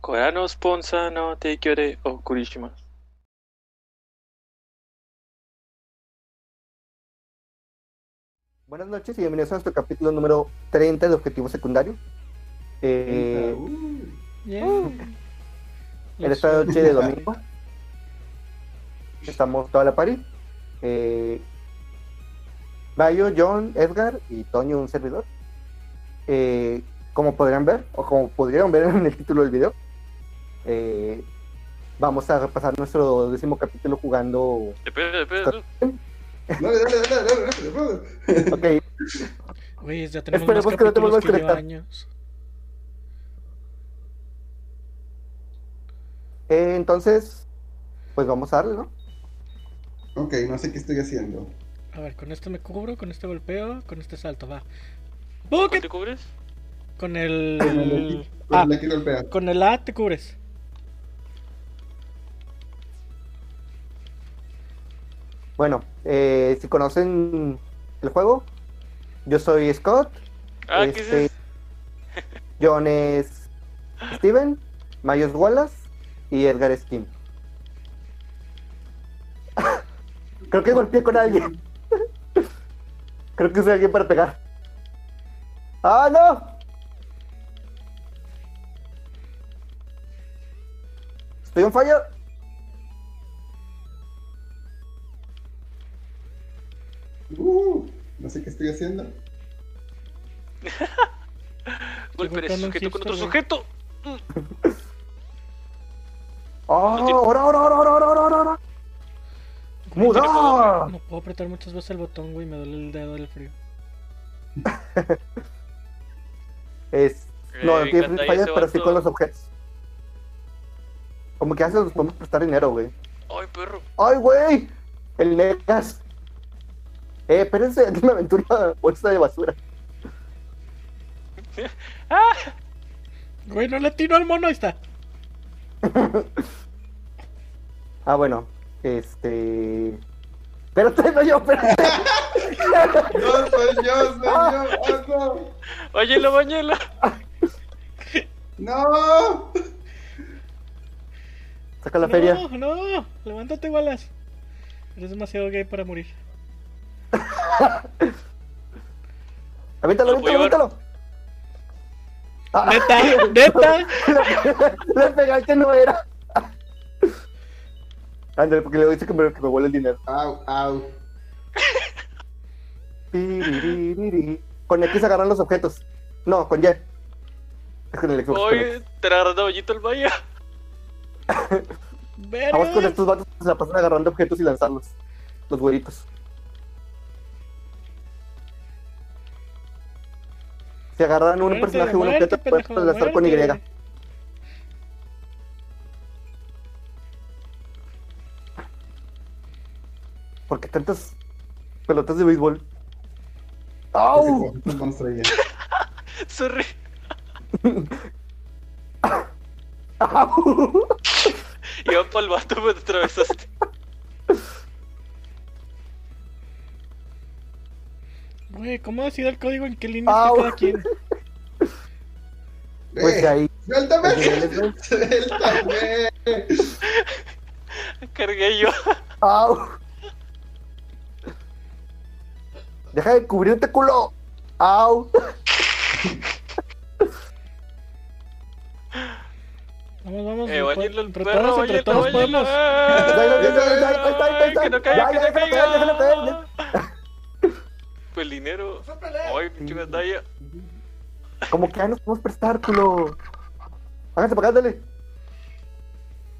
Coreanos Ponza no te quiere o Kurishima. Buenas noches y bienvenidos a nuestro capítulo número 30 de Objetivo Secundario. Eh, Uh. en esta noche de domingo estamos toda la pari. Eh, Mayo, John, Edgar y Toño, un servidor. Eh, como podrán ver, o como pudieron ver en el título del video, eh, vamos a repasar nuestro décimo capítulo jugando. Espera, espera, Ah, espera. Dale, dale, dale, dale, rápido, rápido. Ok, eh, Güey, ya tenemos Esperemos más que no tengamos capítulos que yo conectar. años. eh, entonces, pues vamos a darle, ¿no? Ok, no sé qué estoy haciendo. A ver, con este me cubro, con este golpeo, con este salto, va. ¡Bucket! ¿Te cubres? Con el... Eh, Ah. Ah, Le quiero golpear. con el A te cubres. Bueno, eh, si conocen el juego, yo soy Scott, Ah, ¿qué este, es eso? John es Steven, Mayo es Wallace y Edgar es Kim. Creo que golpeé con alguien. Creo que usé a alguien para pegar. ¡Ah, no! Estoy un fallo. Uh, no sé qué estoy haciendo. Golpe eres buscando un sujeto con otro hipster, sujeto. ¡Oh, ahora, ahora, ahora, ahora, ahora, ahora, ahora! Güey, ¡Muda! No puedo apretar muchas veces el botón, güey, me duele el dedo del frío. Es. Eh, No, me no tiene encanta Free Fire, ese pero sí vato. con los objetos. Como que hace nos podemos prestar dinero, güey. Ay, perro. ¡Ay, güey! El Negas. Eh, espérense, aquí me aventuré una bolsa de basura. Ah, Güey, no le tiro al mono, ahí está. Ah, bueno. Este. Espérate, no yo, espérate. No, soy yo, soy yo. Oh, Óyelo, bañelo. no. No. Saca la feria. No, no, levántate, Wallace. Eres demasiado gay para morir. Aviéntalo, Lo voy a aviéntalo, aviéntalo. Ah, Neta, neta. le, le pegué al que no era. Ándale, porque le dice que me, que me vuelve el dinero. Au, au. Piriririri. Con X agarran los objetos. No, con Y. Es con el Xbox. con X. Oye, te la agarrando bollito el vaya. Vamos con Vergas. estos vatos que se la pasan agarrando objetos y lanzarlos. Los güeritos. Se agarran un Muérete, personaje, un muérete, objeto, pueden pendejo, lanzar con Y. muérete. Porque tantas pelotas de béisbol. ¡Au! Ese monstruo ya. Sorry. ¡Au! Iba pa'l vato, pero te atravesaste. Güey, ¿cómo decide el código en qué línea Au. está cada quien? Pues Eh, de ahí. Suéltame. Los niveles, güey. Suéltame. Cargué yo. ¡Au! ¡Deja de cubrirte, culo! ¡Au! Vamos, vamos. Eh, güey, bañelo el entre perro, todos, bañelo, entre todos bañelo. podemos. Ay, Que no caiga, Ya, que ya, no déjalo caer, déjalo caiga. caer. Pues el dinero. Ay, pinche medalla. Como que ya nos podemos prestar, culo. Háganse para acá, dale.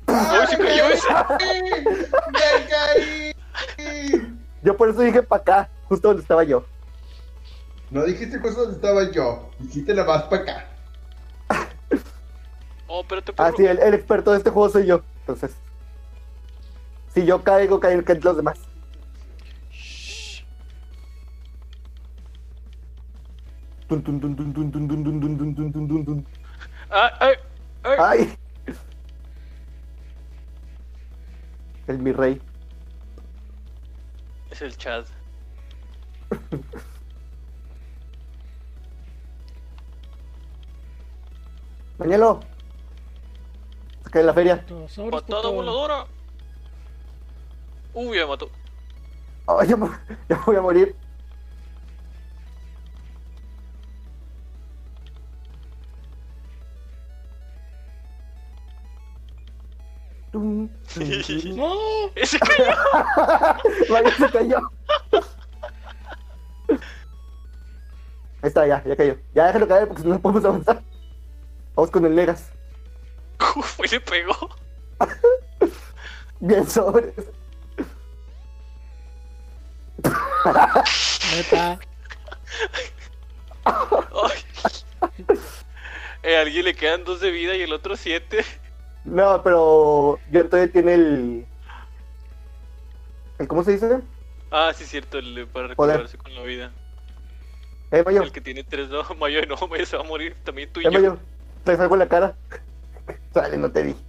Ay, se cayó ese. ¡Me caí! Yo por eso dije para acá, justo donde estaba yo. No dijiste justo donde estaba yo. Dijiste la más para acá. Oh, espérate, Ah, perro. sí, el, el experto de este juego soy yo. Entonces, si yo caigo, caen, caen los demás. Shh. Tun, tun, tun, tun, tun, tun, tun, tun, tun, tun, tun, tun, tun, tun. Ay, Ah, ay, ay. ¡Ay! El mi rey. Es el Chad. Mañelo. cae la feria. Dos sobres, Patada puto. voladora. Uy, ya Uh, me mató. Ay, Oh, ya, mo- ya voy a morir. Tum, tum, tum. ¡No! Ese cayó. Vaya, se cayó. Ahí está, ya, ya cayó. Ya déjalo caer porque si no no podemos avanzar. Vamos con el Legas. uh, Fue y le pegó. Bien sobres. Neta. Ay. Eh, a alguien le quedan dos de vida y el otro siete. No, pero yo todavía tiene el... el. ¿Cómo se dice? Ah, sí, cierto, el de- para Joder. recuperarse con la vida. Eh, Mayo. El que tiene tres, no, Mayo, no, Mayo se va a morir también tú y Eh, yo. Mayo. Traes algo en la cara. Sale, no te dije.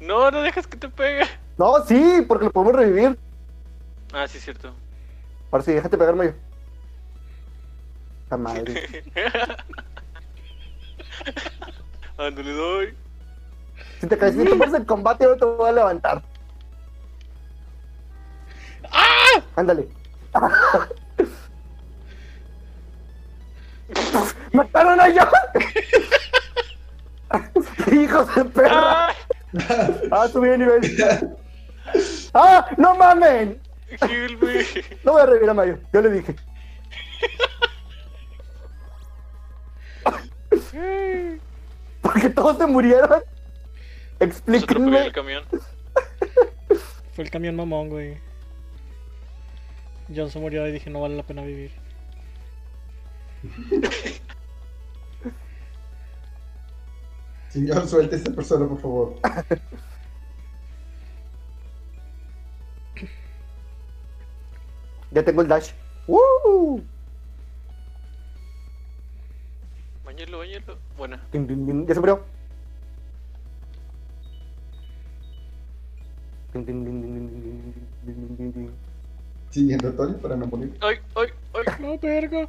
No, no dejas que te pegue. No, sí, porque lo podemos revivir. Ah, sí, cierto. Ahora sí, déjate pegar, Mayo. La madre. Ándale, Ah, doy. Si te caes, si te pones en combate, ahora te voy a levantar. Ándale. ¡Mataron a John! ¡Hijos de perra! ¡Ay! ¡Ah, subí de nivel! ¡Ah, no mamen! Kill me. No voy a revivir a Mayo, yo le dije. Porque todos se murieron. Se atropelló Explíquenme. el camión. Fue el camión mamón, güey. John se murió y dije, no vale la pena vivir. Señor, suelte a esta persona, por favor. Ya tengo el dash. ¡Woo! Bañalo, bañalo. Bueno, Tin, tin, tin. Ya se murió. Tin, tin, tin, tin, tin, tin, tin, tin, tin, tin, tin. Siguiendo a Tony para no morir. ay, ay, ay. No, pergo.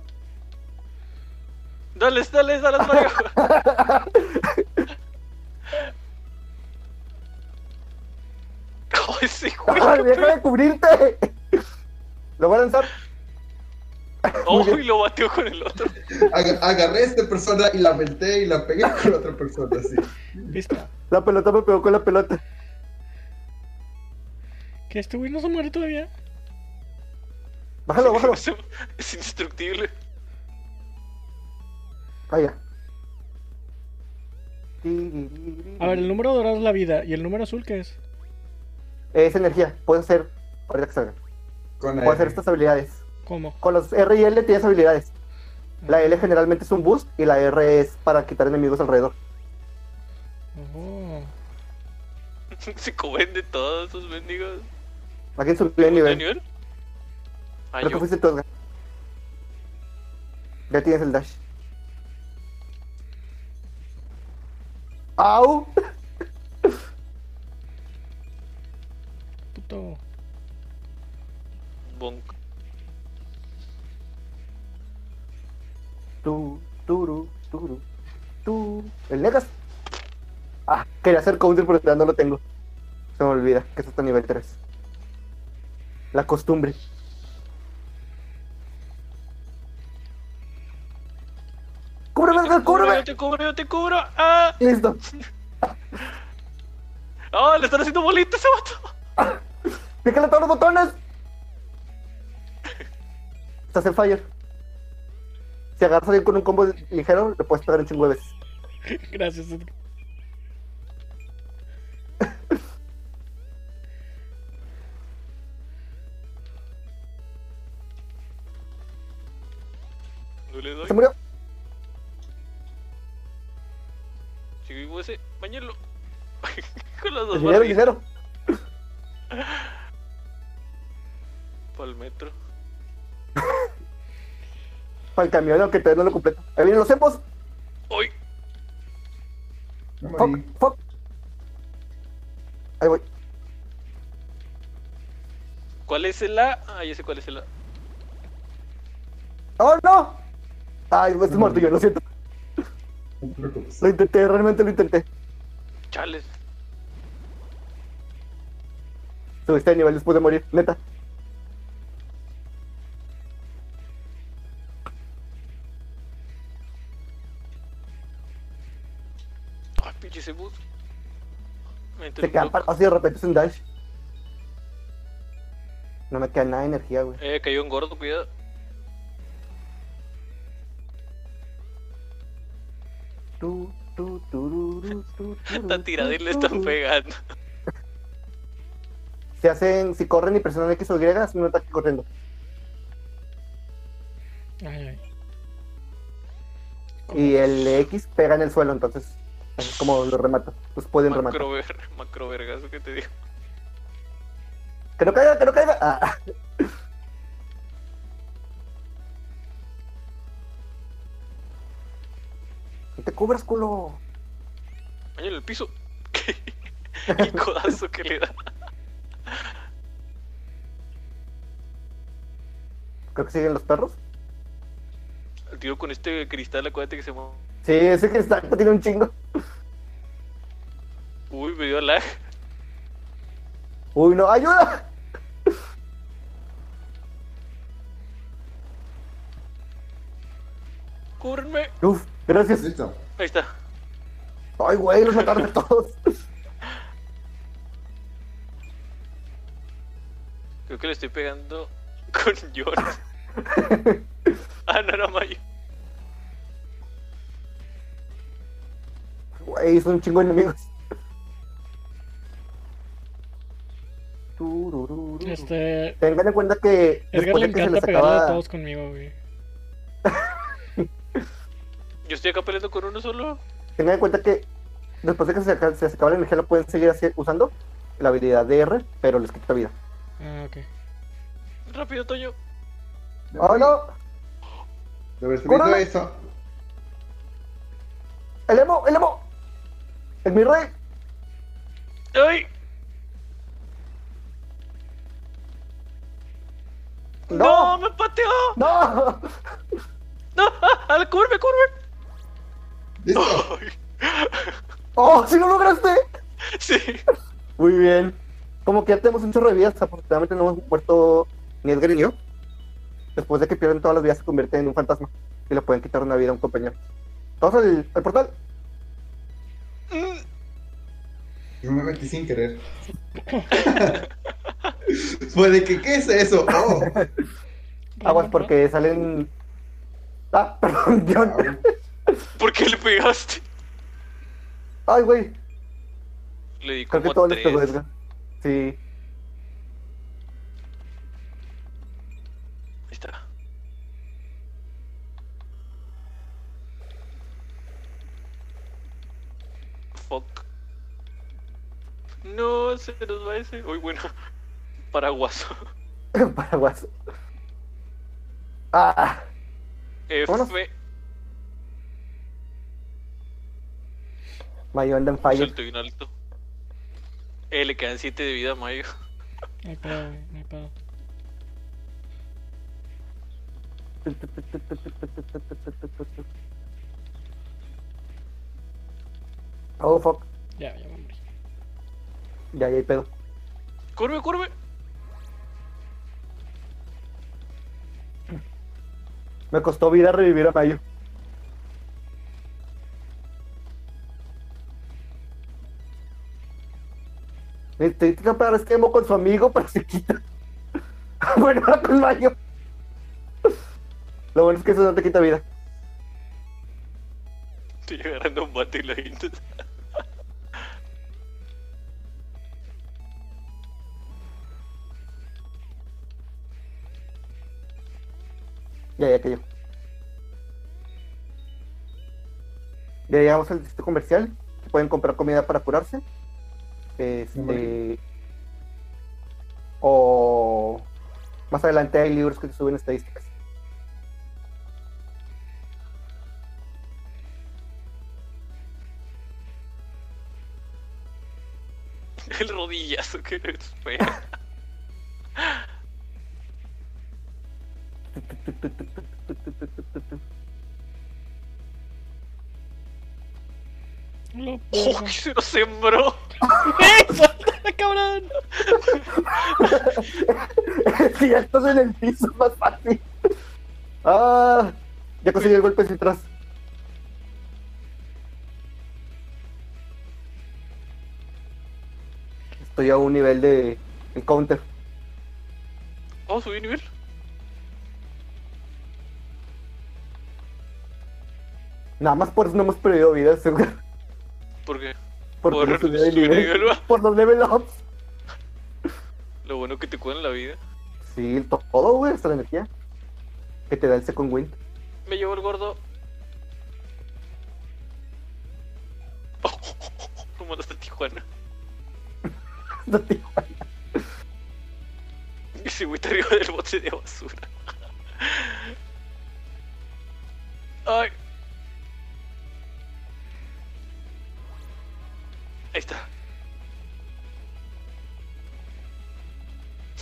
Dale, dale, dale, Mario. Oh, ese güey. ¡Ah, ¡Deja de cubrirte! Lo voy a lanzar. Oh, y lo batió con el otro. Aga- agarré a esta persona y la aventé y la pegué con la otra persona, sí. ¿Viste? La pelota me pegó con la pelota. Que este güey no se muere todavía. Bájalo, bájalo. Es indestructible. Ah, ya. A ver, el número dorado es la vida. ¿Y el número azul qué es? Es energía. Puedes hacer. Ahorita que salga. Con Puedes hacer aire. estas habilidades. ¿Cómo? Con los R y L tienes habilidades. La L generalmente es un boost y la R es para quitar enemigos alrededor. Oh. Se comen de todos esos mendigos. ¿A quién subió el ¿De nivel? nivel? Ah, Creo que yo. fuiste tú, Edgar. Ya tienes el dash. ¡Au! Puto. Bonk. Tú, turu, turu, tú. ¿El Legas? Ah, quería hacer counter, pero ya no lo tengo. Se me olvida que es hasta nivel 3. La costumbre. ¡Cúbreme, Cubro, yo Edgar, cúbreme! te cubro, yo te cubro. ¡Ah! Listo. ¡Ah! ¡Le están haciendo bolitas a ese vato! ¡Pícale todos los botones! Estás en fire. Si agarras a alguien con un combo ligero, le puedes pegar un chingo de veces. Gracias. Edgar. No le doy. Se murió. Si vivo ese, bañalo. Con las dos Dinero, barritas dinero. para el metro. Para el camión, aunque todavía no lo completo. Ahí vienen los cepos. ¡Uy! No Fuck, morí. fuck. Ahí voy. ¿Cuál es el A? Ah, ya sé cuál es el A. ¡Oh, no! Ay, estoy muerto yo, lo siento. No te preocupes. Lo intenté, realmente lo intenté. Chales. Subiste de este nivel después de morir, neta. Ay, pinche ese bus. Me Se entendió. quedan parados y de repente es un dash. No me queda nada de energía, güey. Eh, cayó un gordo, cuidado. Tú, tú, tururú, tú, Esta tururú, tirada y le tú, están tú. pegando. Si hacen, si corren y presionan X o Y, hacen un ataque corriendo. Ay, ay. Y el X pega en el suelo, entonces es como lo remata. Pues pueden rematar. Macro, ver, macro vergazo que te digo. Que no caiga, que no caiga. Ah, No te cubras, culo. Ay, en el piso. y codazo que le da. Creo que siguen los perros. El tiro con este cristal, acuérdate que se mueve. Sí, ese cristal tiene un chingo. Uy, me dio lag. Uy, no, ayuda. Cúbrenme. Uf, gracias. Listo. Ahí está. Ay, güey, los mataron a todos. Creo que le estoy pegando con John. ah, no, no, Mayo. Güey, son un chingo de enemigos. Turururu. Este. Tengan en cuenta que Edgar después le de que se encanta les pegarle a acaba... todos conmigo, güey. Yo estoy acá peleando con uno solo. Tengan en cuenta que después de que se, aca- se les acaba la energía la pueden seguir así- usando la habilidad de R, pero les quita vida. Ah, ok. Rápido, Toño. ¡Oh, no! Deberías estar viendo Córrele. eso. ¡El emo! ¡El emo! ¡Es mi rey! ¡Ay! ¡No! ¡No! ¡Me pateó! ¡No! ¡No! ¡Al curve, curve! Listo. ¡Oh, si lo lograste! Sí. Muy bien. Como que ya tenemos un chorro de vidas, afortunadamente no hemos muerto ni Edgar ni yo. Después de que pierden todas las vidas se convierten en un fantasma y le pueden quitar una vida a un compañero. Todos al, al portal. Mm, Yo me metí sin querer. Fue de que, ¿qué es eso? Oh. Aguas porque salen... Ah, perdón, John. ¿Por qué le pegaste? Ay, güey. Le di Creo que como todo les tres. pegó Edgar. Sí. Ahí está. Fuck. No, se nos va ese. Uy, bueno. Paraguaso. Paraguas. Ah, F. Vámonos. Mayo anda en fire. Suelto bien alto. Eh, le quedan 7 de vida a Mayo. No hay pedo, güey, no hay pedo. Oh fuck, Ya, ya me morí. ya, ya hay pedo. Curve, curve. Me costó vida revivir a Mayo. Necesito comprar este emo con su amigo, pero se quita. bueno, ahora con Mayo. Lo bueno es que eso no te quita vida. Estoy agarrando un bate y la gente. Ya, ya cayó. Ya llegamos al distrito comercial. que Pueden comprar comida para curarse. Este. O. Más adelante hay libros que te suben estadísticas. El rodillazo que le pega. Lo ¡Oh, que se lo sembró! ¡Eso! ¡Cabrón! si ya estás en el piso, más fácil. Ah, ya conseguí el golpe sin atrás. Estoy a un nivel de el counter. Oh, subí nivel. Nada más por eso no hemos perdido vidas, seguro. ¿Por qué? Por, Por no subir de subir de nivel. nivel. por los level ups. Lo bueno que te cuidan la vida. Sí, to- todo, güey, hasta la energía. Que te da el second wind. Me llevó el gordo. Lo mandaste a Tijuana. Y se fuiste arriba del bote de basura. Ay. Ahí está.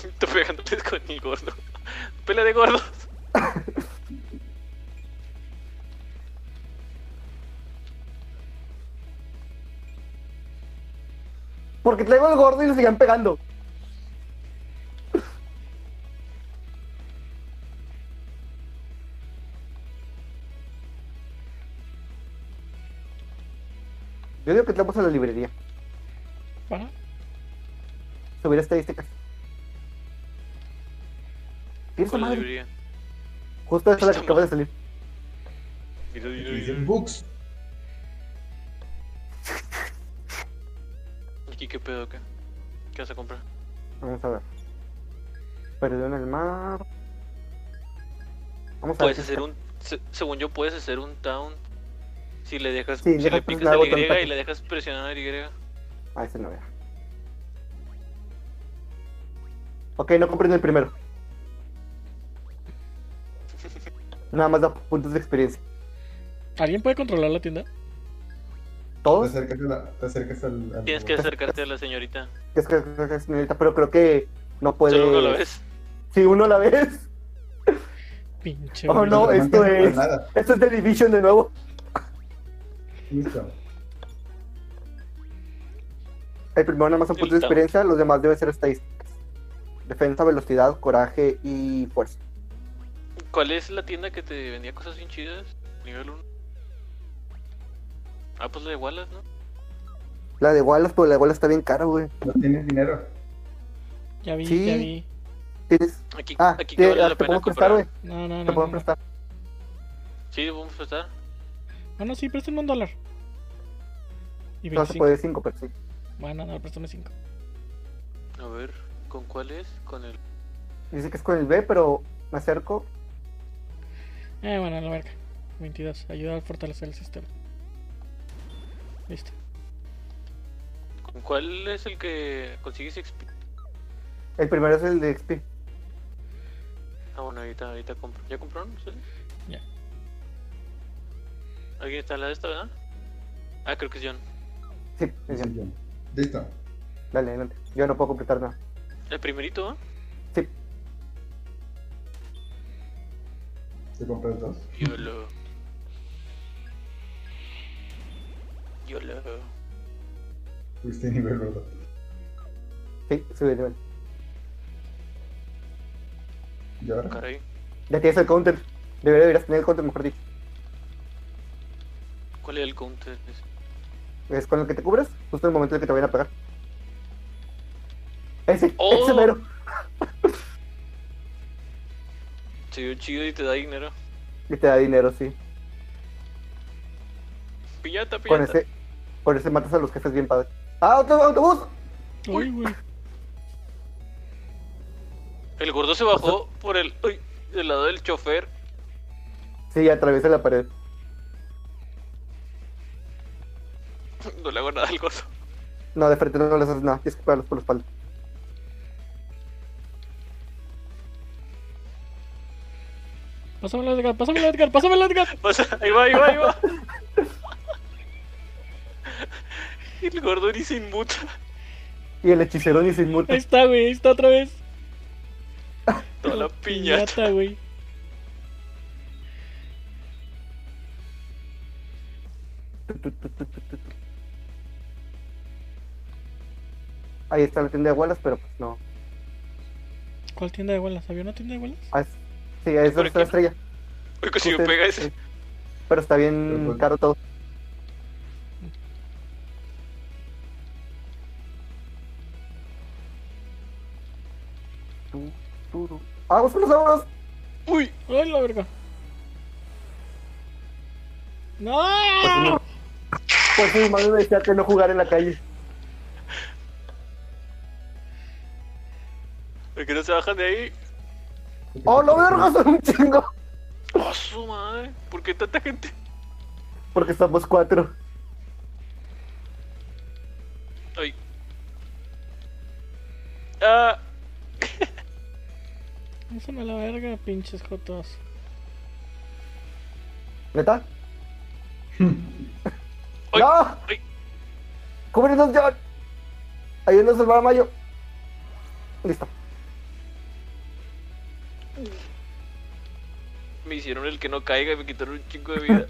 Estoy pegándote con el gordo. Pela de gordos. Porque traigo el gordo y le siguen pegando. Yo digo que entramos a la librería. ¿Para? Subir estadísticas. Mira esa Con la madre. librería. Justo esa es la que Esta acaba de salir. Mira, mira, Dicen mira. books. Aquí, ¿qué pedo acá? ¿Qué vas a comprar? Vamos a ver. Perdió en el mar. Vamos a Puedes ver. si hacer está- un. se- según yo, puedes hacer un town. Si le dejas. Sí, si deja le presionar picas a la el botón Y para- y le dejas presionar a la Y. Ah, ese no vea. Ok, no comprendo el primero. Nada más da puntos de experiencia. ¿Alguien puede controlar la tienda? Te Todos, acercas, a la- te acercas al, al- Pues, Tienes que acercarte a la señorita. que es que es que es señorita, pero creo que no puede. Solo uno a la vez. Sí, uno a la vez. Pinche. Oh, güey. no, Te esto mantiene es. guardada. Esto es The Division de nuevo. Listo. El primero nada más son puntos de Listo. experiencia, los demás deben ser estadísticas. Defensa, velocidad, coraje y fuerza. ¿Cuál es la tienda que te vendía cosas bien chidas? Nivel 1. Ah, pues la de Wallace, ¿no? La de Wallace, pero la de Wallace está bien cara, güey. No tienes dinero. Ya vi, Sí. ya vi. Tienes. Aquí, Ah, aquí te, que vale ah, la te pena podemos prestar, güey. comprar. No, no, Te no. podemos No, prestar. Sí, vamos a prestar. Ah, no, sí, préstame un dólar. Y No se 25. puede cinco, pero sí. Bueno, no, préstame 5. A ver, ¿con cuál es? Con el. Dice que es con el B, pero me acerco. Eh, bueno, la verga. 22. Ayuda a fortalecer el sistema. Listo. ¿Con cuál es el que consigues XP? El primero es el de XP. Ah, bueno, ahorita, ahorita compro. ¿Ya compraron? ustedes? Ya. ¿Alguien está en la de esta, verdad? Ah, creo que es John. Sí, es bien. Listo. dale, adelante. Yo no puedo completar nada. El primerito, ¿eh? Sí, Te compras dos. YOLO. YOLO. Fuiste nivel gordo. sí, sube de nivel. Y ahora. Caray. Ya tienes el counter. Debería- Deberías tener el counter, mejor dicho. ¿Cuál es el counter? Es con el que te cubres, justo en el momento en el que te vayan a pegar. Ese, Oh. ese mero. Se dio chido y te da dinero. Y te da dinero, sí. Piñata, Con piñata. ese, con ese matas a los jefes bien padre. ¡Ah, otro autobús! Uy, güey. El gordo se bajó por el. Uy, del lado del chofer. Sí, atraviesa la pared. No le hago nada al gordo. No, de frente no les haces nada. Tienes que pegarlos por la espalda. Pásamelo, Edgar, pásamelo, Edgar, pásamelo, Edgar. Pasa, ahí va, ahí va, ahí va. El gordo ni se inmuta. Y el hechicero ni sin muta. Ahí está, güey, ahí está otra vez. Toda la piñata. güey. Ahí está la tienda de abuelas, pero pues no. ¿Cuál tienda de bolas? ¿Había una tienda de bolas? Ah, es- sí, ahí ¿Por es donde está la qué estrella. Uy, consigo Usted- eh. pega ese. Pero está Pero, bien pues, caro todo. Tu, tu, tu. ¡Ah, vamos por los ahorros! Uy, ¡Ay, la verga! ¡No! Por eso Pues, mi madre me decía que no jugar en la calle. ¿por qué no se bajan de ahí? ¡Oh, no, verga, son un chingo! ¡Oh, su madre! ¿Por qué tanta gente? Porque somos cuatro. Ay. Ah, Eso me la verga, pinches jotos. ¿Neta? Ay. ¡No! Ay. ¡Cúbrenos, John! Ayúdenos a salvar a Mayo. Listo. me hicieron el que no caiga y me quitaron un chingo de vida.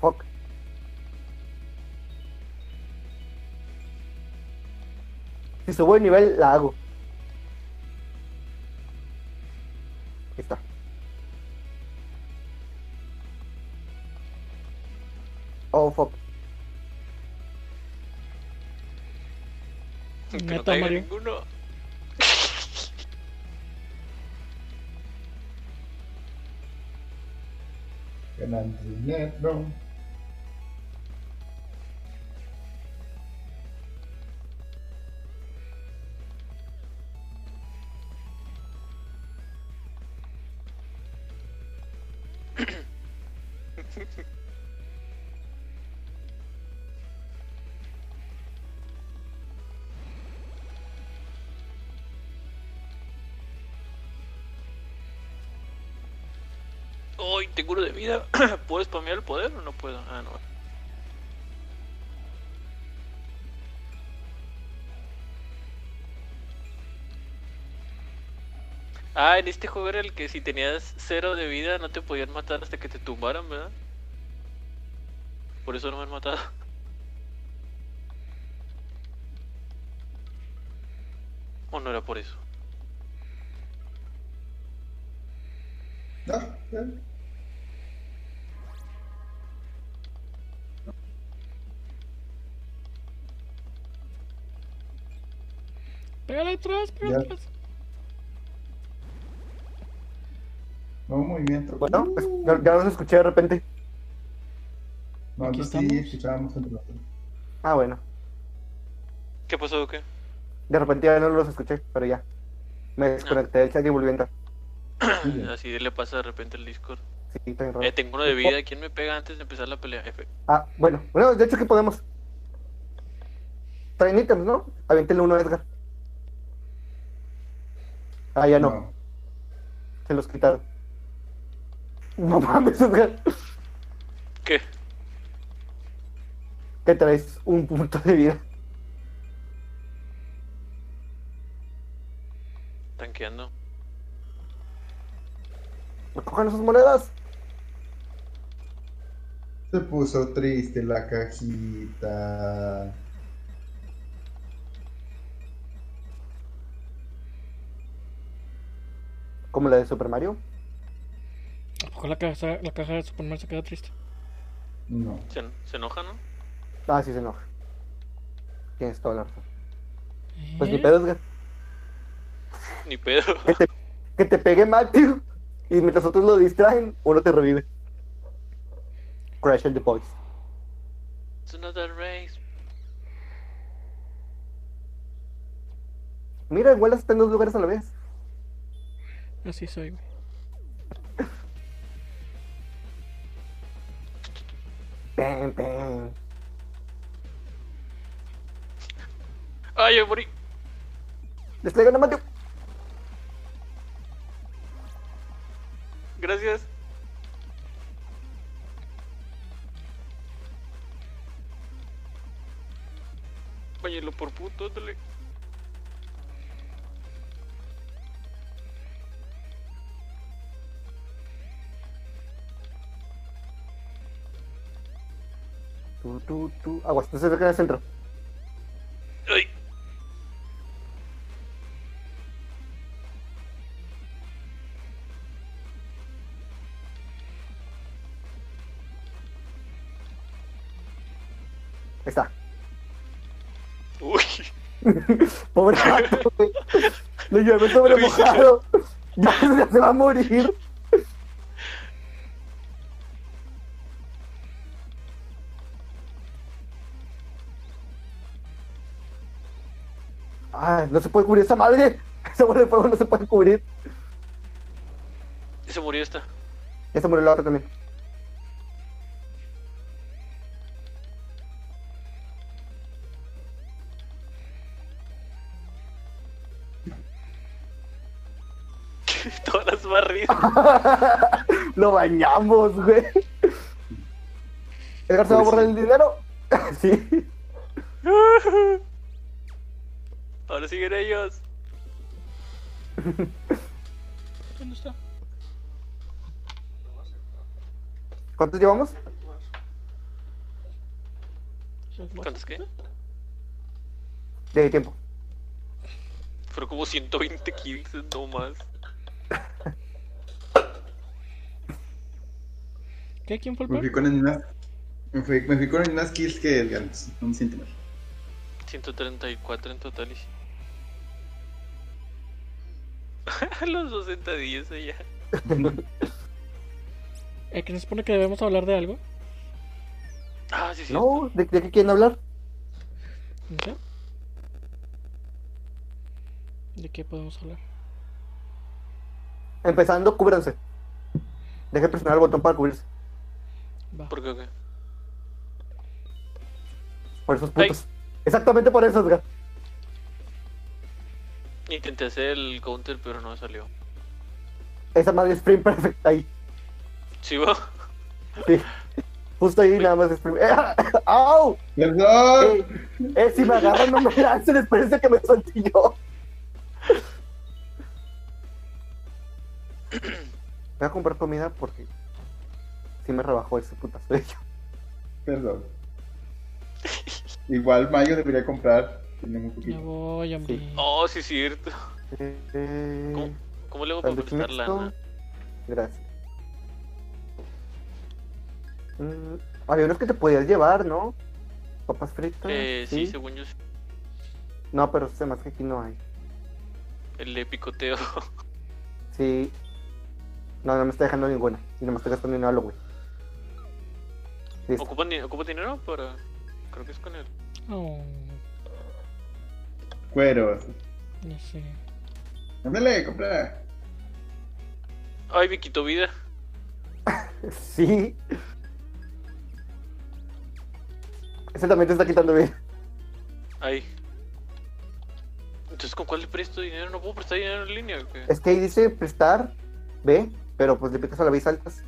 Fuck. Si subo de nivel, la hago. Ahí está. Oh, fuck. Que no Neta, caiga Mario. ninguno. Ganando dinero. ¡Ay, tengo uno de vida! ¿Puedo spamear el poder o no puedo? Ah, no. Ah, en este juego era el que si tenías cero de vida no te podían matar hasta que te tumbaran, ¿verdad? Por eso no me han matado. ¿O no era por eso? No, no. Pégale atrás, pégale Ya. atrás. No, movimiento. Bueno, pues, Uh, ya, ya los escuché de repente. no, aquí no, sí, estamos. escuchábamos entre nosotros. Ah, bueno. ¿Qué pasó o qué? De repente ya no los escuché, pero ya. Me desconecté del chat y volví a entrar. Ah, Muy bien. Así le pasa de repente al Discord. Sí, está bien raro. Eh, tengo uno de vida. ¿Quién me pega antes de empezar la pelea? F. Ah, bueno. Bueno, de hecho, ¿qué podemos? Traen ítems, ¿no? Aviéntenle uno a Edgar. Ah, ya no. No. Se los quitaron. No mames, Edgar. ¿Qué? Que traes un punto de vida. Tanqueando. Cojan sus monedas. Se puso triste la cajita. Como la de Super Mario. ¿A poco la caja, la caja de Superman se queda triste? No. Se, se enoja, ¿no? Ah, sí, se enoja. Tienes toda la razón. Pues ni ¿Eh? pedo, Edgar. Ni pedo. Que te, que te pegue Matthew. Y mientras otros lo distraen, uno te revive. Crash and the Boys. It's another race. Mira, igual está en dos lugares a la vez. Así soy, güey. Pam, pam. ¡Ay, yo morí! Desplegan a Matthew. Gracias. Báñalo por puto, dale. Tú, tú, tú. Aguas, no se acerquen al centro. Ay. Ahí Está. Uy, Pobre gato, güey. Lo llevé sobre mojado. Ya se- se va a morir. Ay, no se puede cubrir esa madre. Esa bola de fuego no se puede cubrir. se murió esta. Ya se murió la otra también. Todas las barridas. Lo bañamos, güey. Edgar se va a borrar el dinero. Sí. Ahora siguen ellos. ¿Dónde está? ¿Cuántos llevamos? ¿Cuántos qué? De tiempo. Fueron como 120 kills, no más. ¿Qué? ¿Quién fue el Me fui peor? con unas. Me fui, me fui con unas kills que Edgar. No me siento mal. 134 en total. y- Los dos sentadillos allá. Eh, que se supone que debemos hablar de algo. Ah, sí, sí. No, ¿de, de qué quieren hablar? ¿No sé? ¿De qué podemos hablar? Empezando, cúbranse. Deje presionar el botón para cubrirse. Va. ¿Por qué? o qué? Por esos puntos. Exactamente por eso, Edgar. Intenté hacer el counter, pero no me salió. Esa madre es frame perfecta ahí. ¿Sí va? Sí. Justo ahí nada más es frame. ¡Eh! ¡Au! ¡Perdón! Eh, eh, si me agarran, no me lancen. Espérense que me suelte yo. Voy a comprar comida porque sí me rebajó ese putazo de ello. Perdón. Igual Mayo debería comprar. Tiene muy Ya poquito. voy, hombre. Oh, sí, es cierto. Eh, ¿Cómo, cómo le hago para sándwich prestar mixto. lana? Gracias. Mm, había unos que te podías llevar, ¿no? Papas fritas. Eh, sí, según yo, No, pero se más que aquí no hay. el de picoteo. Sí. No, no me está dejando ninguna. Y no me estoy gastando ni nada, güey. Listo. ¿Ocupan, di- ocupan dinero para.? Creo que es con él. Oh, Cueros. ya sé. Ándale, compra. Ay, me quitó vida. Sí. Ese también te está quitando vida. Ay. Entonces, ¿con cuál le presto dinero? No puedo prestar dinero en línea. o qué? Es que ahí dice prestar, ve, pero pues le picas a la vez altas.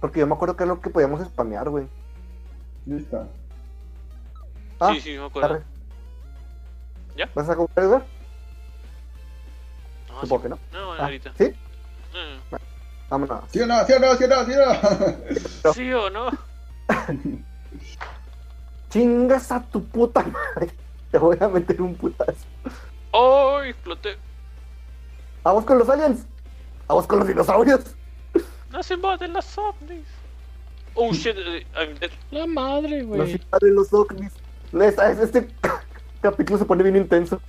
Porque yo me acuerdo que era lo que podíamos spamear, güey. Listo. Ah, sí, sí, me acuerdo. arre. Pues ¿Ya? ¿Vas a comprar Edgar? No, Supongo sí. que no. No, Ah, ahorita. ¿Sí? Mm. Vámonos. ¿Sí o no? ¿Sí o no? ¿Sí o No. no? ¿Sí o no? ¿Sí o no? Chingas a tu puta madre. Te voy a meter un putazo. ¡Oh! Exploté. Vamos con los aliens. Vamos con los dinosaurios. No se invaden las zombies. Oh shit, eh, I'm dead. La madre, Los güey. invaden los ovnis. Neta, es- Este capítulo se pone bien intenso.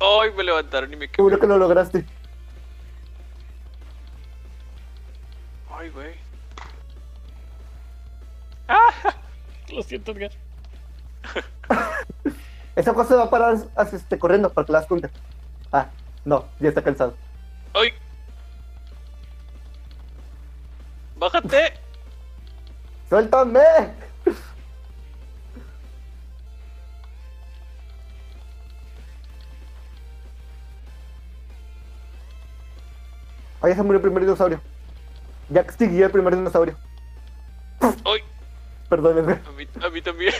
Ay, me levantaron y me Qué quedé. bueno que lo lograste. Ay, güey. Lo siento, Edgar. Esa cosa se va a parar as- este, corriendo para que la das cuenta. Ah, no, ya está cansado. Ay. Bájate. ¡Suéltame! Ahí se murió el primer dinosaurio. Ya extinguió el primer dinosaurio. Ay, Perdón, Edgar. a mí, a mí también.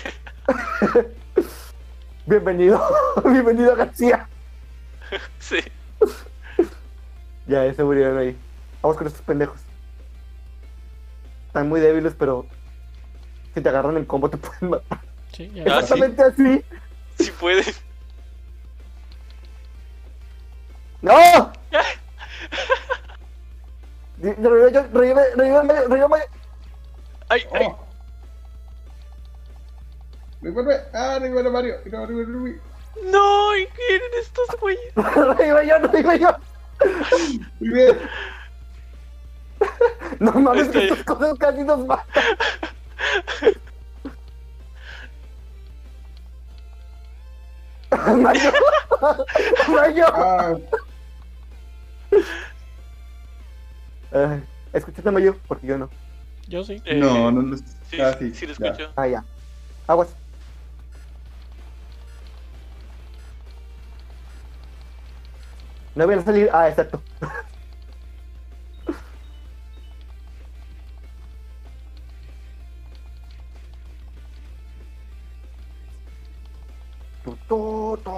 Bienvenido, bienvenido García. Sí. Ya, ese murieron ahí. Vamos con estos pendejos. Están muy débiles, pero si te agarran en combo te pueden matar. Sí, ya. Ah, sí. Exactamente así. Si puedes. ¡No! Di- revive, yo- revive, revíveme, revíveme. Ay, ay. Oh. Revuelve. Ah, revuelve Mario. No, revuelve, revuelve. No, ¿y qué eran estos güeyes? Revive yo, revive yo. Muy bien. No mames, que Este- estas cosas casi nos matan. Mayo. Mayo. Ah, Ay, Escúchate, Mayo, porque yo no. Yo sí. Eh, no, no, no. Sí, ah, sí, sí lo ya. escucho. Ah, ya. Aguas. No voy a salir. Ah, exacto. Tu, tu, tu.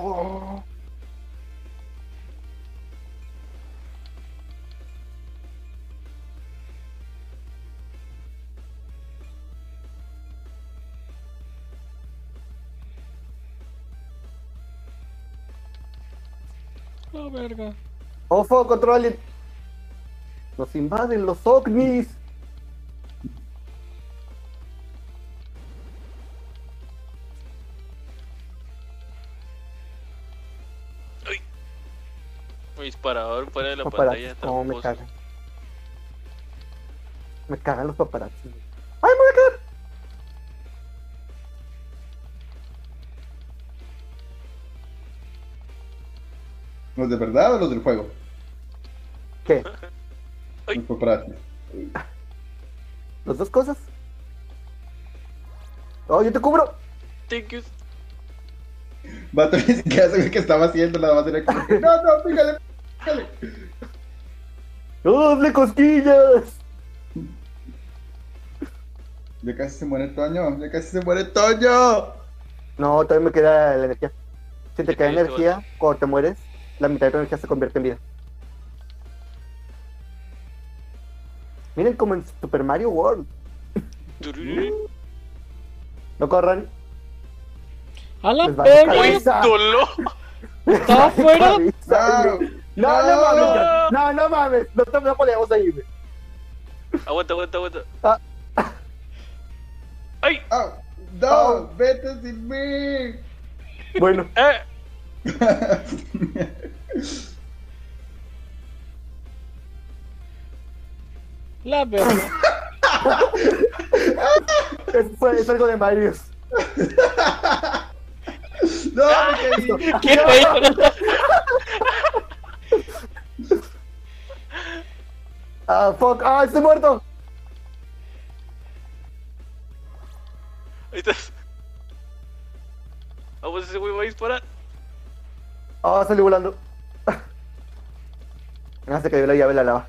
La verga. Ofo, controlen. Oh, Nos invaden los ovnis. Mi disparador fuera de la Paparazzi, pantalla. no, me tramposo. cagan. Me cagan los paparazzi. güey. ¡Ay, me voy a cagar! ¿Los de verdad o los del juego? ¿Qué? Ay. Los paparazzi. ¿Las dos cosas? ¡Oh, yo te cubro! Thank you. Vato ni siquiera sabía qué estaba haciendo, nada más era como que, No, no, pícale, pícale. ¡Oh, hazle cosquillas! Ya casi se muere Toño, ya casi se muere Toño. No, todavía me queda la energía. Si te Ya queda te- te energía, cuando te mueres, la mitad de tu energía se convierte en vida. Miren como en Super Mario World. Mm. Tururú. No corran. ¡A la Les vale ¡Uy, verga! cabeza. dolor! ¿Estaba afuera? Ah, No, no mames. ya. No, no mames. No, te- no podíamos ahí, güey. Aguanta, aguanta, aguanta. Ah. ¡Ay! ah, no, Ah. vete sin mí. Bueno, ¡Eh! La verga. es, fue- es algo de Mario. No, me caí. ¿Qué pedo? Ah, fuck. Ah, estoy muerto. Ahí estás. Vamos, ese güey va a disparar. Ah, salí volando. Ah, se cayó la llave en la lava.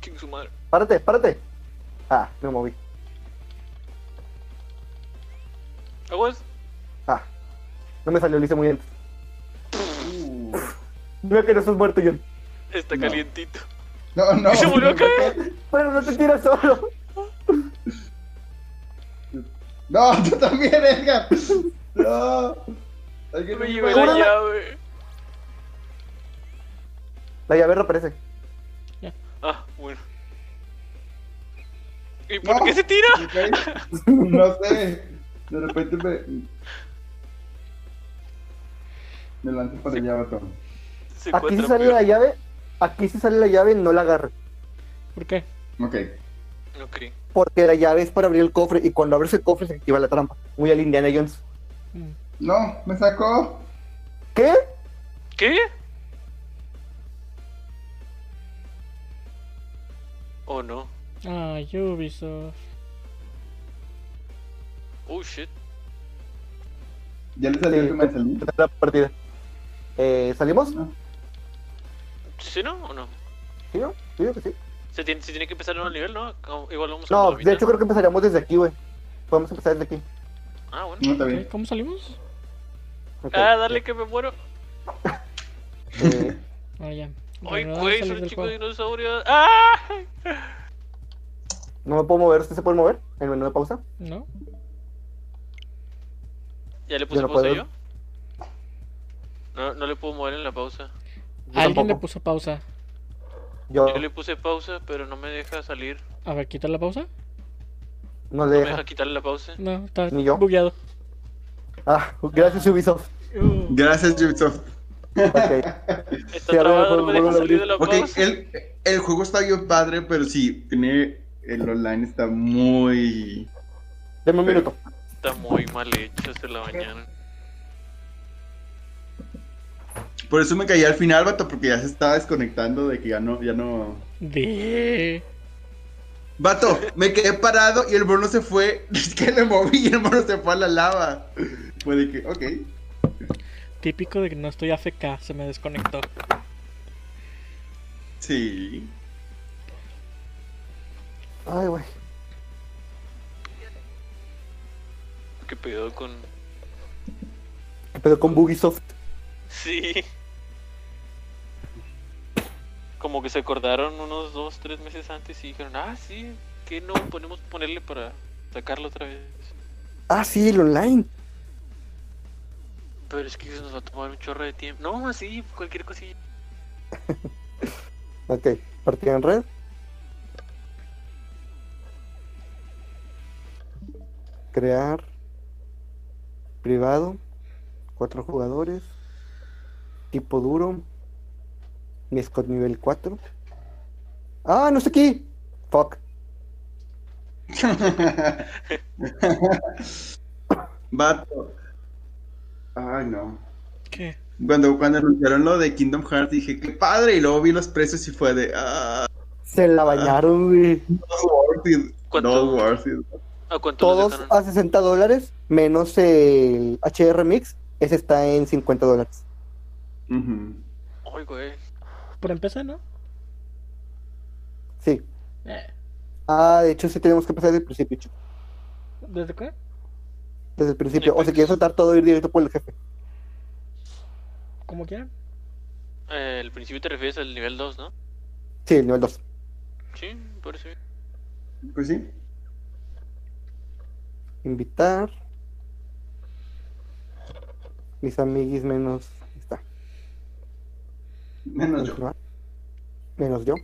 Ching su madre. Párate, párate. Ah, me moví. Aguas. Ah, no me salió, lo hice muy bien. Uh, Veo que no estás muerto, John. Está No. calientito. No, no. Y se volvió a caer. Pero no te tiras solo. No, tú también, Edgar. No. Alguien Me me llevé ayuda. la llave. La llave reaparece. Ah, bueno. ¿Y por No. qué se tira? Me caí. No sé. De repente me. Me lanzo para allá, vato. Se Aquí sí encuentra sale peor. la llave. Aquí sí sale la llave, no la agarres. ¿Por qué? Ok. Ok. Porque la llave es para abrir el cofre y cuando abres el cofre se activa la trampa. Muy al Indiana Jones. Mm. No, me sacó. ¿Qué? ¿Qué? Oh no. Ay, Ah, Ubisoft. Oh shit. Ya le salió Sí, que me salí. La partida. Eh, ¿Salimos? No. ¿Sí no o no? ¿Sí, no? Yo digo que sí. Se tiene, se tiene que empezar en un nivel, ¿no? Como- Igual vamos como No, la de hecho mitad. creo que empezaríamos desde aquí, güey. Podemos empezar desde aquí. Ah, bueno. No, está Ok, bien. ¿Cómo salimos? Ok. Ah, dale que me muero. Eh, Ahora ya. ¡Ay, Reanudar, güey! salir Son del chicos juego. dinosaurios. ¡Ah! no me puedo mover, ¿usted se puede mover? En menú de pausa. ¿No? ¿Ya le puse no pausa puedo. yo? No, no le puedo mover en la pausa. Yo Alguien le tampoco. puso pausa. Yo Yo le puse pausa, pero no me deja salir. A ver, quita la pausa. no No me le deja. deja quitarle la pausa. No, está Ni yo. bugueado. Ah, gracias Ubisoft. Gracias, Ubisoft. Ok. Está Sí, a ver, trabado, no me vuelvo- deja vuelvo a salir de la Ok, pausa. el, el juego está bien padre, pero sí, tiene. El online está muy. Deme un Pero- minuto. Está muy mal hecho este la mañana. Por eso me caí al final, vato, porque ya se estaba desconectando de que ya no, ya no. De... Vato, me quedé parado y el mono se fue. Es que le moví y el mono se fue a la lava. Fue de que, ok. Típico de que no estoy AFK, se me desconectó. Sí. Ay, güey. ¿Qué pedo con.? Pero con Bugisoft. Sí. Como que se acordaron unos dos, tres meses antes y dijeron, ah, sí, que no podemos ponerle para sacarlo otra vez. Ah, sí, el online. Pero es que eso nos va a tomar un chorro de tiempo. No, sí, cualquier cosilla. Ok, partida en red. Crear. Privado. Cuatro jugadores. Tipo duro. Mi Scott nivel 4. Ah, no sé aquí. Fuck. Vato. Ay, no. ¿Qué? Cuando, cuando anunciaron lo de Kingdom Hearts dije, qué padre. Y luego vi los precios y fue de, ah, Se la bañaron, güey. no worth it. ¿Cuánto? No worth it. ¿A cuánto nos Todos dejaron? a 60 dólares, menos el HR Mix. Ese está en 50 dólares. Ujú. Ay, güey. Por empezar, ¿no? Sí. Eh, Ah, de hecho, sí tenemos que empezar desde el principio, chicos. ¿Desde qué? Desde el principio. O si Entonces- quieres saltar todo, ir directo por el jefe. Como quieran. Eh, al principio te refieres al nivel 2, ¿no? Sí, el nivel 2. Sí, me parece bien. Pues sí. Invitar. Mis amiguis menos. ahí Está. Menos yo. Continuar. Menos yo.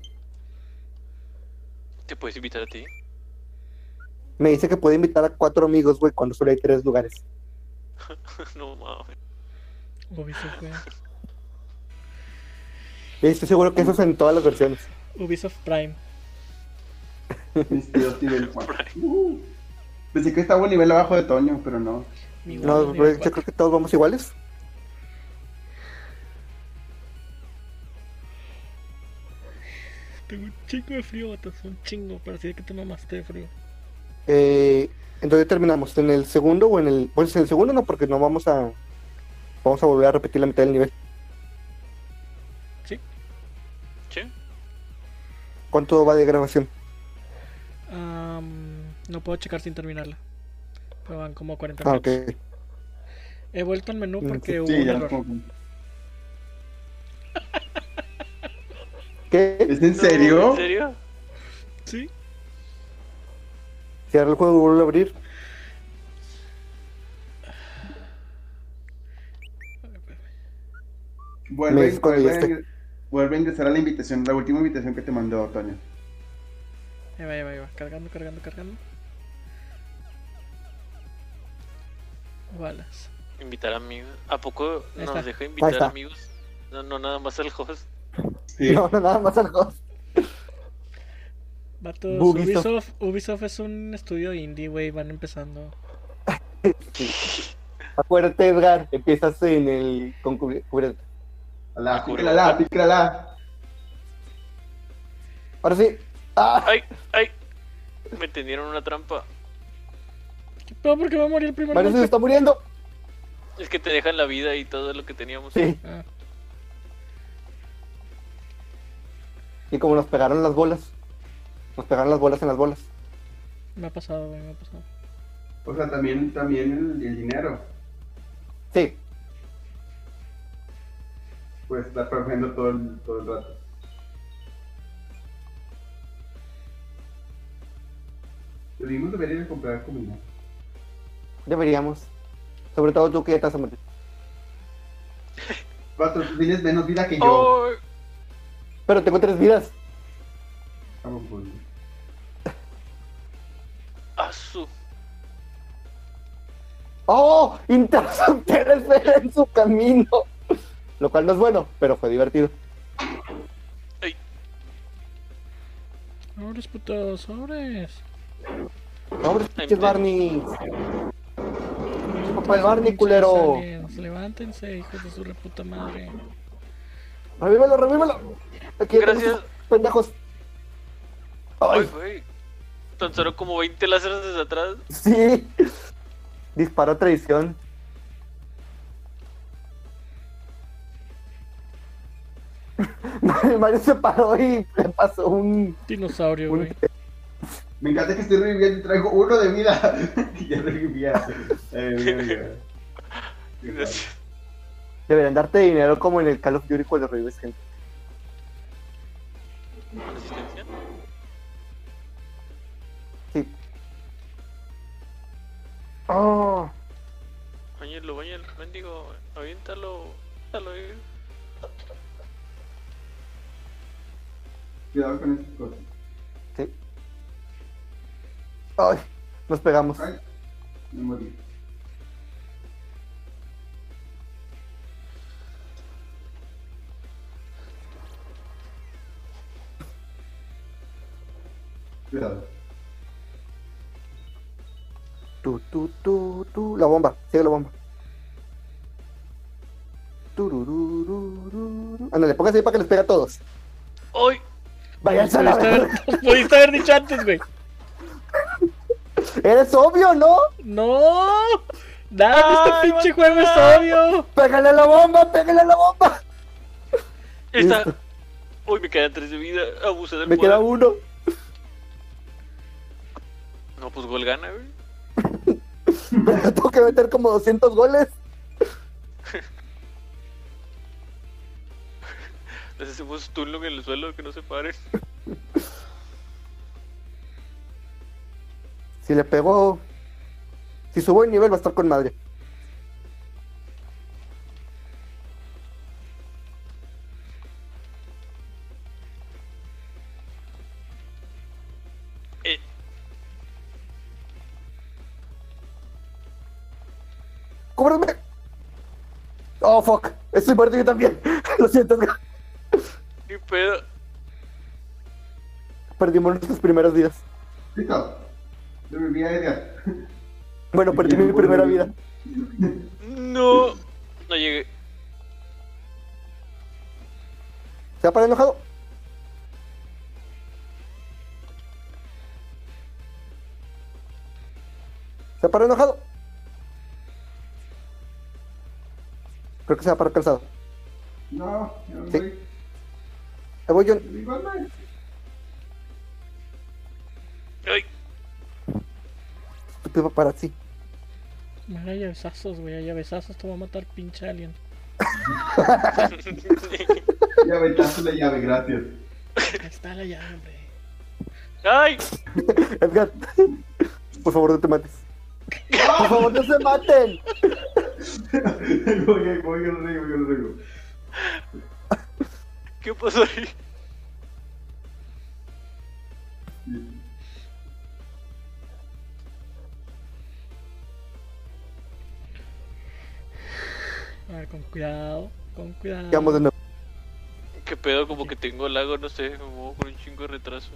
Te puedes invitar a ti. Me dice que puede invitar a cuatro amigos, güey, cuando solo hay tres lugares. no mames. Ubisoft, güey. Y estoy seguro que eso es en todas las versiones. Ubisoft Prime. Mis tíos nivel cuatro. Ujú. Pensé que estaba un nivel abajo de Toño, pero no. Mi No, guarda, mi güey, yo guarda. creo que todos vamos iguales. Tengo un chingo de frío, batas. Un chingo. Parecía que te mamaste de frío. Eh, entonces terminamos en el segundo o en el. Pues en el segundo no, porque no vamos a. Vamos a volver a repetir la mitad del nivel. Sí. ¿Cuánto va de grabación? Am, no puedo checar sin terminarla. Pero van como 40 Ah, minutos. ok. He vuelto al menú Mm, porque sí, hubo Sí, un ya lo error. pongo. ¿Qué? ¿Es en serio? ¿En serio? Sí. Cierra el juego y vuelve a abrir. Me Vuelve, desconecté. vuelve, vuelve a ingresar a la invitación, la última invitación que te mandó Toño. Ahí va, ahí va, ahí va. Cargando, cargando, cargando. Balas. Invitar amigos. ¿A poco Ahí nos está. deja Ahí invitar está. amigos? No, no, nada más al host. Sí. No, no, nada más al host. Vatos, Ubisoft. Ubisoft, Ubisoft es un estudio indie, güey. Van empezando. Acuérdate, Edgar, empiezas en el. Con cubri- cubri- Alá, pícrala, pícrala. Ahora sí. ¡Ah! ¡Ay! ¡Ay! Me tendieron una trampa. ¿Qué pedo? ¿Por qué va a morir primero? Mario se está muriendo. Es que te dejan la vida y todo lo que teníamos. Sí. Ah, Y como nos pegaron las bolas. Nos pegaron las bolas en las bolas. me ha pasado, güey, me ha pasado. O sea, también, también el, el dinero. Sí. Pues está farmeando todo el, todo el rato. Debimos debería ir a comprar comida. Deberíamos. Sobre todo tú que ya estás a morir. Vato, tú tienes menos vida que yo. Oh, Pero tengo tres vidas. Vamos, pues. güey. asu. ¡Oh! Intercepté la esfera en su camino. Lo cual no es bueno, pero fue divertido. Sobres, puto, sobres. Vamos, pinches Barney. Papá del Barney, culero. González, Levántense, hijos de su reputa madre. Revívelo, revívelo. Aquí Gracias. tenemos estos Pendejos. Ay, Ay, güey. Lanzaron como 20 láseres desde atrás. sí. Disparó traición. Mario se paró y le pasó un. Dinosaurio, Un- güey. Me encanta que estoy reviviendo y traigo uno de vida. Y ya revivía. Eh, mira, mira. Deberían darte dinero como en el Call of Duty cuando revives gente. Resistencia. Sí. Oh. Báñalo, báñalo, mendigo. Aviéntalo. Aviéntalo, eh. Cuidado con estas cosas. Sí. Ay, nos pegamos. Ay, me morí. Cuidado. Tu, tu, tu, tu. La bomba, sigue la bomba. Turururururu. Ándale, póngase ahí para que les pegue a todos. ¡Ay! Váyanse a la Pudiste haber, verga. pudiste haber dicho antes, güey. Eres obvio, ¿no? No. Nada, Ay, en este pinche basta. juego es obvio. Pégale a la bomba, pégale a la bomba. Está. Listo. Uy, me quedan 3 de vida. Abusé del Me queda poder. uno. No, pues gol gana, güey. Pero tengo que meter como 200 goles. Les hacemos Tunlong en el suelo que no se paren. Si le pegó. Si subo el nivel, va a estar con madre. Eh. ¡Cúbreme! Oh, fuck. Estoy muerto yo también. Lo siento, Edgar. Ni pedo. Perdimos nuestros primeros días. Listo. Revivía Edgar. Bueno, perdí mi primera vida. No. No llegué. ¿Se va para enojado? ¿Se va para enojado? Creo que se va para calzado. No, yo no Sí. soy. Ahí voy, John. Soy Batman. ¡Ay! Estúpido para ti. Me da llavesazos, güey. A llavesazos te va a matar, pinche alien. Ya aventaste la llave, gracias. Ahí está la llave, hombre. ¡Ay! Edgar, por favor, no te mates. Por favor, no se maten. voy, voy, yo lo digo, yo lo digo. ¿Qué pasó ahí? A ver, con cuidado, con cuidado. Quedamos de nuevo. ¿Qué pedo? Como que tengo el lago, no sé. Me muevo con un chingo de retraso.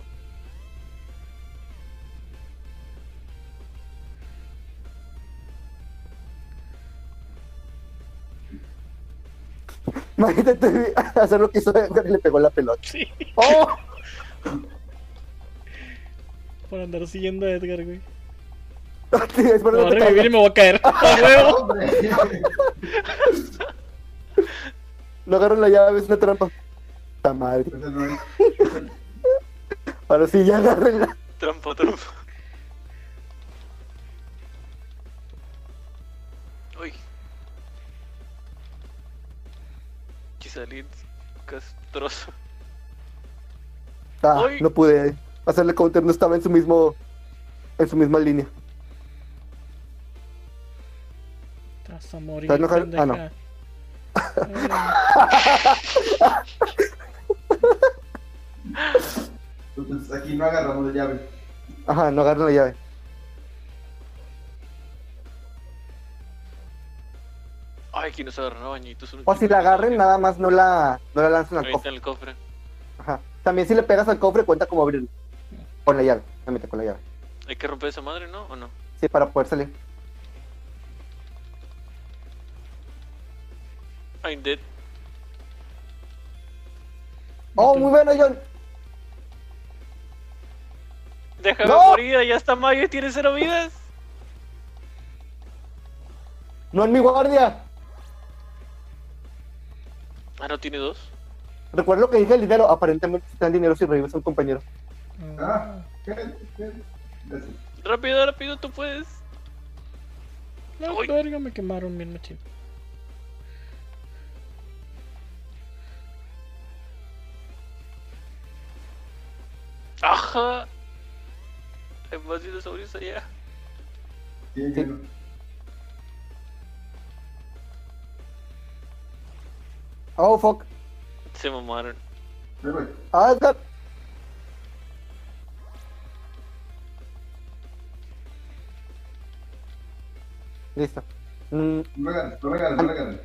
Imagínate hacer lo que hizo Edgar y le pegó la pelota. Sí, ¡Oh! por andar siguiendo a Edgar, güey. Sí, es Me verdad, va a te Ah, revivir y caigo. me voy a caer. ¡A huevo! ¡Hombre! No agarran la llave, es una trampa. Puta madre. Esa no es. Ahora sí, ya agárrenla. Trampa, trampa. Uy. ¿Qué Salid Castroso. Ah, Hoy- no pude hacerle counter, no estaba en su mismo. En su misma línea. Te vas a morir. ¿Estás enojado? Ah, no. pendeja. Eh, Entonces aquí no agarramos la llave. Ajá, no agarran la llave. Ay, que nos agarran a bañitos. unos O si la chicos. agarren, nada más no la, no la lanzan al Ahí está cofre. en el cofre. Ajá. También si le pegas al cofre, cuenta como abrirlo. Con la llave, realmente con la llave. Hay que romper esa madre, ¿no? ¿O no? Sí, para poder salir. I'm dead. Oh, Entonces- muy bueno, John. Déjame ¡No! morir, ya está Mayo y tiene cero vidas. No en mi guardia. Ah, no, tiene dos. Recuerda lo que dije el dinero. Aparentemente si te dan dinero si revives a un compañero. ah, Ah, quédate, quédate. Gracias. Rápido, rápido, tú puedes. No, Uy. verga, me quemaron bien machín. Ajá. Hay más dinosaurios allá. Sí, Sí. bueno. Oh, fuck. Se mamaron. Me voy. Ah, Edgar. Listo. Mm, No regalas, no regalas, no regalas.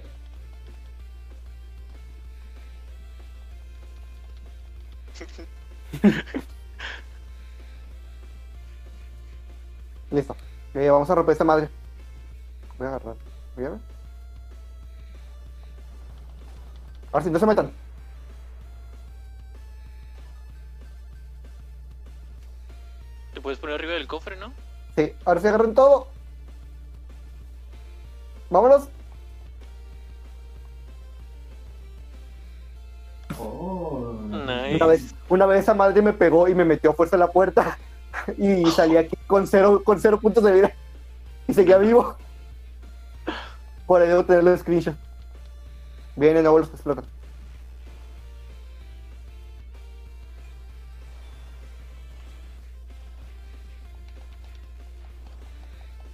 listo. Eh, vamos a romper esta madre. Voy a agarrar. ¿Voy a ver? Ahora sí, no se metan. Te puedes poner arriba del cofre, ¿no? Sí, ahora sí agarren todo. Vámonos. Oh. Nice. Una vez, una vez esa madre me pegó y me metió a fuerza a la puerta. Y salí aquí con cero, con cero puntos de vida. Y seguía vivo. Por ahí debo tener los screenshots. Vienen luego los que explotan.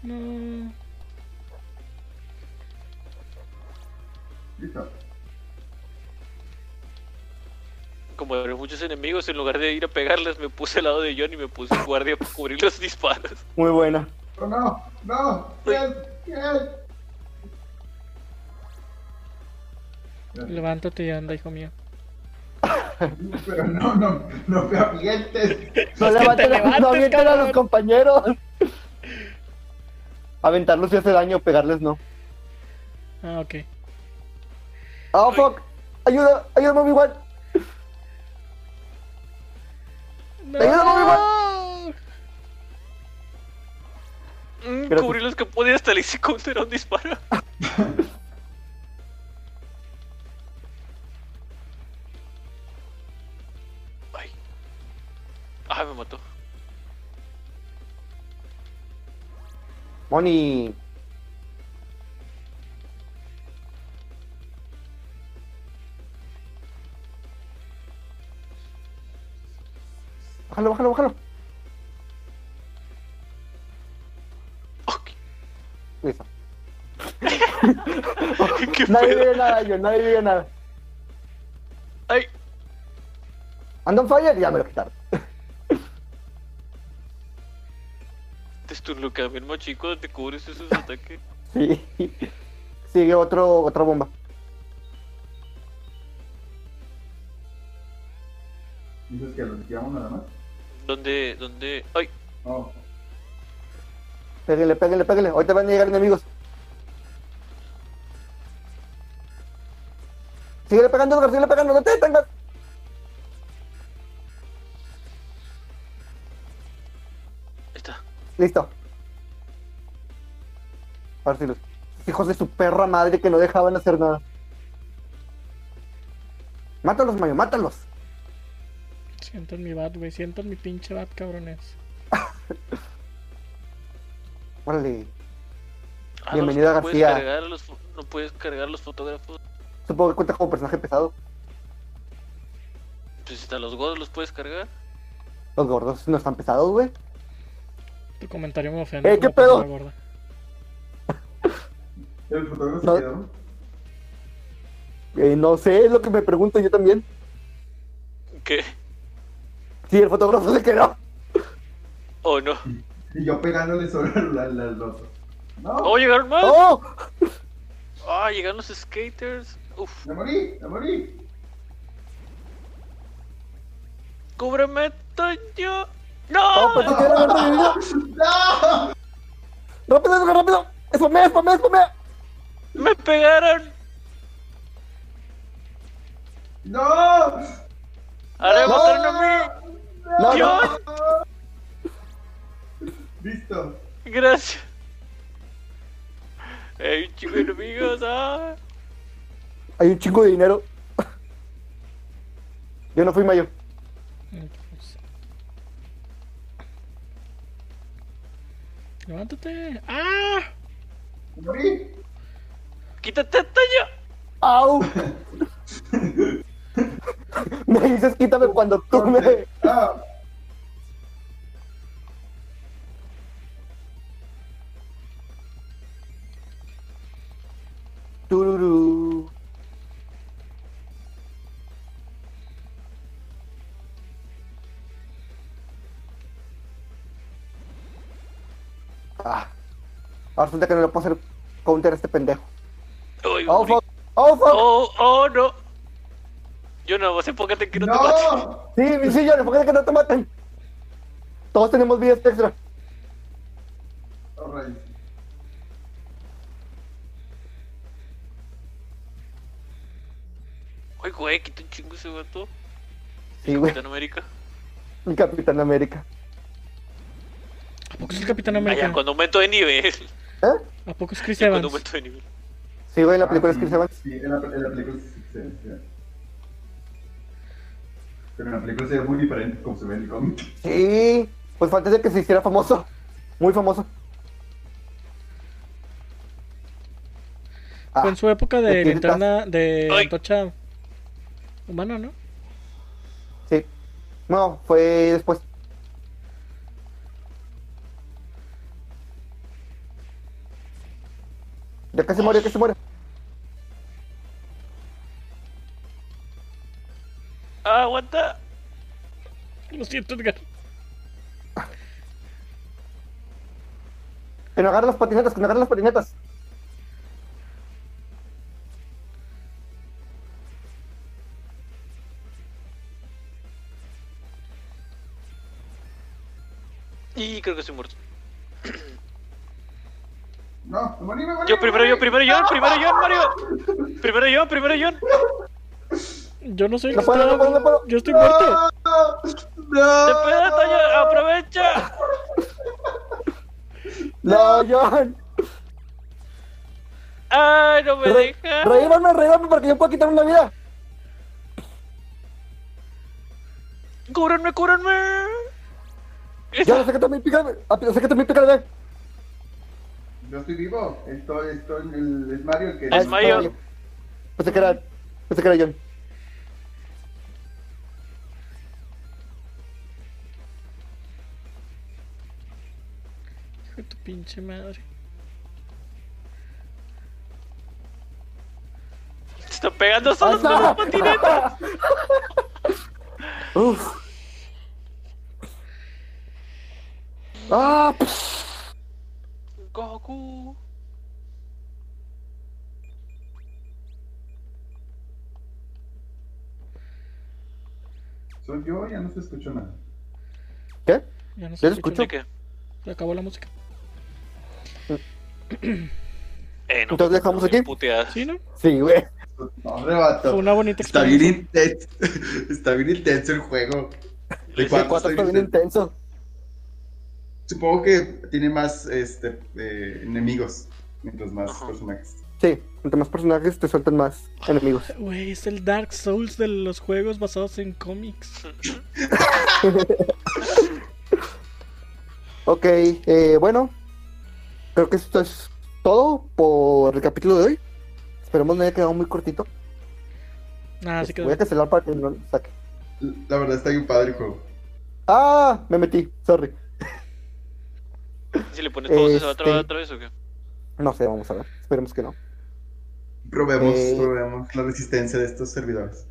No. Listo. Como había muchos enemigos, en lugar de ir a pegarles, me puse al lado de John y me puse en guardia para cubrir los disparos. Muy buena. Oh, no, no. quédate, quédate. Levántate y anda, hijo mío. Pero no, no, no me avientes. No Es que te levanten, levantes, no avienten a cabrón. los compañeros. Aventarlos si hace daño, pegarles no. Ah, ok. ¡Ah, Ay. fuck! ¡Ayuda! ¡Ayúdame, Obi-Wan! No. ayudo, mi Mm, Pero- cubrí los que pude hasta le hice counter a un disparo. Ay. Ay, me mató. Moni. Bájalo, bájalo, bájalo. Ok. Listo. ¿Qué Nadie pedo? vive nada, yo, nadie vive nada. Ay, Ando en fire, ya me lo quitaron. desturluca, mi hermano chico, te cubres esos ataques. Sí. Sigue otro, otra bomba. Dices que lo tiramos nada más. ¿Dónde, dónde? Ay, Oh. Péguenle, péguenle, péguenle. Ahorita van a llegar enemigos. Síguele pegando, Edgar, síguele pegando, no te detengas. ahí está. Listo. Ahora sí, los hijos de su perra madre que no dejaban hacer nada. Mátalos, Mayo, mátalos. Sientan mi bat, güey. Sientan mi pinche bat, cabrones. Órale. Ah, no, Bienvenido, no puedes García. cargar los fo- no puedes cargar los fotógrafos. Supongo que cuenta como personaje pesado. Pues hasta los godos los puedes cargar. Los gordos no están pesados, güey. Tu comentario me ofende. Eh, ¿qué como persona pedo? gorda. El protagonista No. se quedó. Eh, no sé, es lo que me pregunto yo también. ¿Qué? Si el fotógrafo se quedó. ¿O no? Y yo pegándole sobre al, al, al otro. No, ¡Oh, llegaron más! ¡Oh! ¡Ah, llegaron los skaters! ¡Uf! me morí, me morí. ¡Cúbreme, Toño! ¡Oh, ¡No! pensé que era verde, mi vida! ¡No! ¡Rápido, Edgar, rápido! ¡Spamea, spamea, spamea! ¡Me pegaron! ¡No! ¡Ahora me No. mataron a mí! No, no. ¡Dios! Listo. Gracias. ¡Ey, chicos enemigos! ¡Ah! Hay un chingo de dinero. Yo no fui mayo. Entonces- Levántate. ¡Ah! Me morí. ¡Quítate, Toño! ¡Au! me dices quítame cuando tú me. Ah, Tururú. Ah. Ahora resulta que no le puedo hacer counter a este pendejo. Uy, ¡Oh, morí. fuck! ¡Oh, fuck! ¡Oh, oh, no! Yo no, sé enfócate que no, te maten. ¡No! Sí, sí, yo, enfócate que no te maten. Todos tenemos vidas extra. Alright. Ay, güey, quita un chingo ese vato. Sí, güey. Capitán América. El Capitán América. ¿A poco es el Capitán Ah, América? ya, cuando aumento de nivel. ¿Eh? ¿A poco es Chris Cuando Evans? aumento de nivel. Sí, güey, en la película es Chris Evans. Ah, Sí, en la, en la película sí, sí, sí. Pero en la película se ve muy diferente como se ve en el cómic. Sí, pues falta de que se hiciera famoso. Muy famoso. Ah, Fue en su época ¿de de qué linterna de Ay. antorcha humana, ¿no? sí. No, fue después. Ya casi muere, ya casi muere. Ah, aguanta. Lo siento, Edgar. Que no agarre las patinetas, que no agarre las patinetas. Y creo que estoy muerto. No, me morí, me morí. Yo me primero, yo morí. primero, yo, primero, yo, Mario. Primero yo, primero yo. Yo no sé. No qué puedo, está- no puedo, no puedo. Yo estoy muerto. ¡No! ¡Te pega, Toño! ¡Aprovecha! No, John. ¡Ay, no me Re- deja! Reíbame, reíbame para que yo pueda quitar una vida. ¡Cúbranme, cúbranme! Yo sé que también pica, sé que también pica de. Yo estoy vivo. Estoy, estoy, el, es Mario el que... Es Mario. Pensé que era, pensé que era John. Hijo de tu pinche madre. Se está pegando solo con las patinetas. Uf. Ah, pff, Goku. Soy yo, ya no se escuchó nada. ¿qué? Ya no ¿Ya se lo ¿De escucha. escucho? qué? Se acabó la música. Eh, no. Entonces dejamos aquí. Puteada. ¿Sí, no? Sí, güey. No, rebato. Fue una bonita Está bien experiencia. intenso. Está bien intenso el juego. Les- cuatro. Cuatro está bien intenso. Supongo que tiene más este, eh, enemigos mientras más Ajá. personajes. Sí, entre más personajes te sueltan más enemigos. Güey, es el Dark Souls de los juegos basados en cómics. Ok, eh, bueno. Creo que esto es todo por el capítulo de hoy. Esperemos no haya quedado muy cortito. Este, Nada, así Voy Ah, quedó. a cancelar para que no lo saque. La verdad está bien padre el juego. ¡Ah! Me metí, sorry. Si le pones pausa, ¿se va a trabar Este. otra vez o qué? No sé, vamos a ver. Esperemos que no. Probemos, Eh. probemos la resistencia de estos servidores.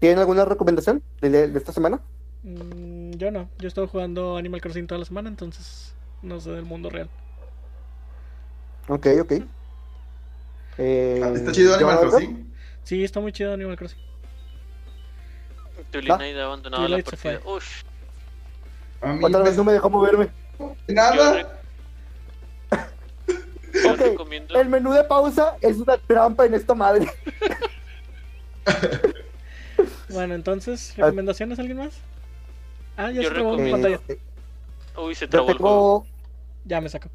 ¿Tienen alguna recomendación de, de- de esta semana? Mm, yo no. Yo he estado jugando Animal Crossing toda la semana, entonces no sé del mundo real. Ok, ok. Eh, Ah, Está chido Animal ¿yo, Crossing. Sí, está muy chido Animal Crossing. Tu Va. Lina ha abandonado la Twilight se partida. fue. Ush, A mí Otra vez no me dejó moverme. yo, nada. re- yo Ok, recomiendo. El menú de pausa es una trampa en esta madre. Bueno, entonces, ¿recomendaciones alguien más? Ah, ya Yo se trabó mi Eh, recomiendo- pantalla. este, Uy, se yo trabó el juego. tengo. Ya me saco.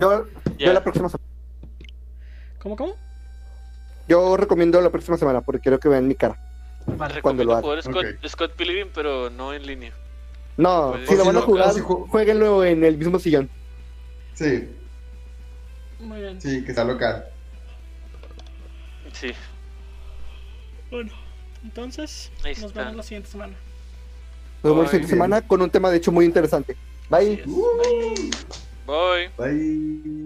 Yo, Ya. yo la próxima semana. ¿Cómo, cómo? Yo recomiendo la próxima semana porque quiero que vean mi cara. cuando lo Recomiendo haga. jugar Scott, Ok. Scott Pilgrim, pero no en línea. No, Pues, si o lo si van a no- jugar, o si ju- jueguenlo en el mismo sillón. Sí, Muy bien. sí, que está local. Sí. Bueno, entonces, Ahí nos está. vemos la siguiente semana. Nos vemos la Ay, siguiente bien. semana con un tema de hecho muy interesante. Así Bye. es. Bye. Bye.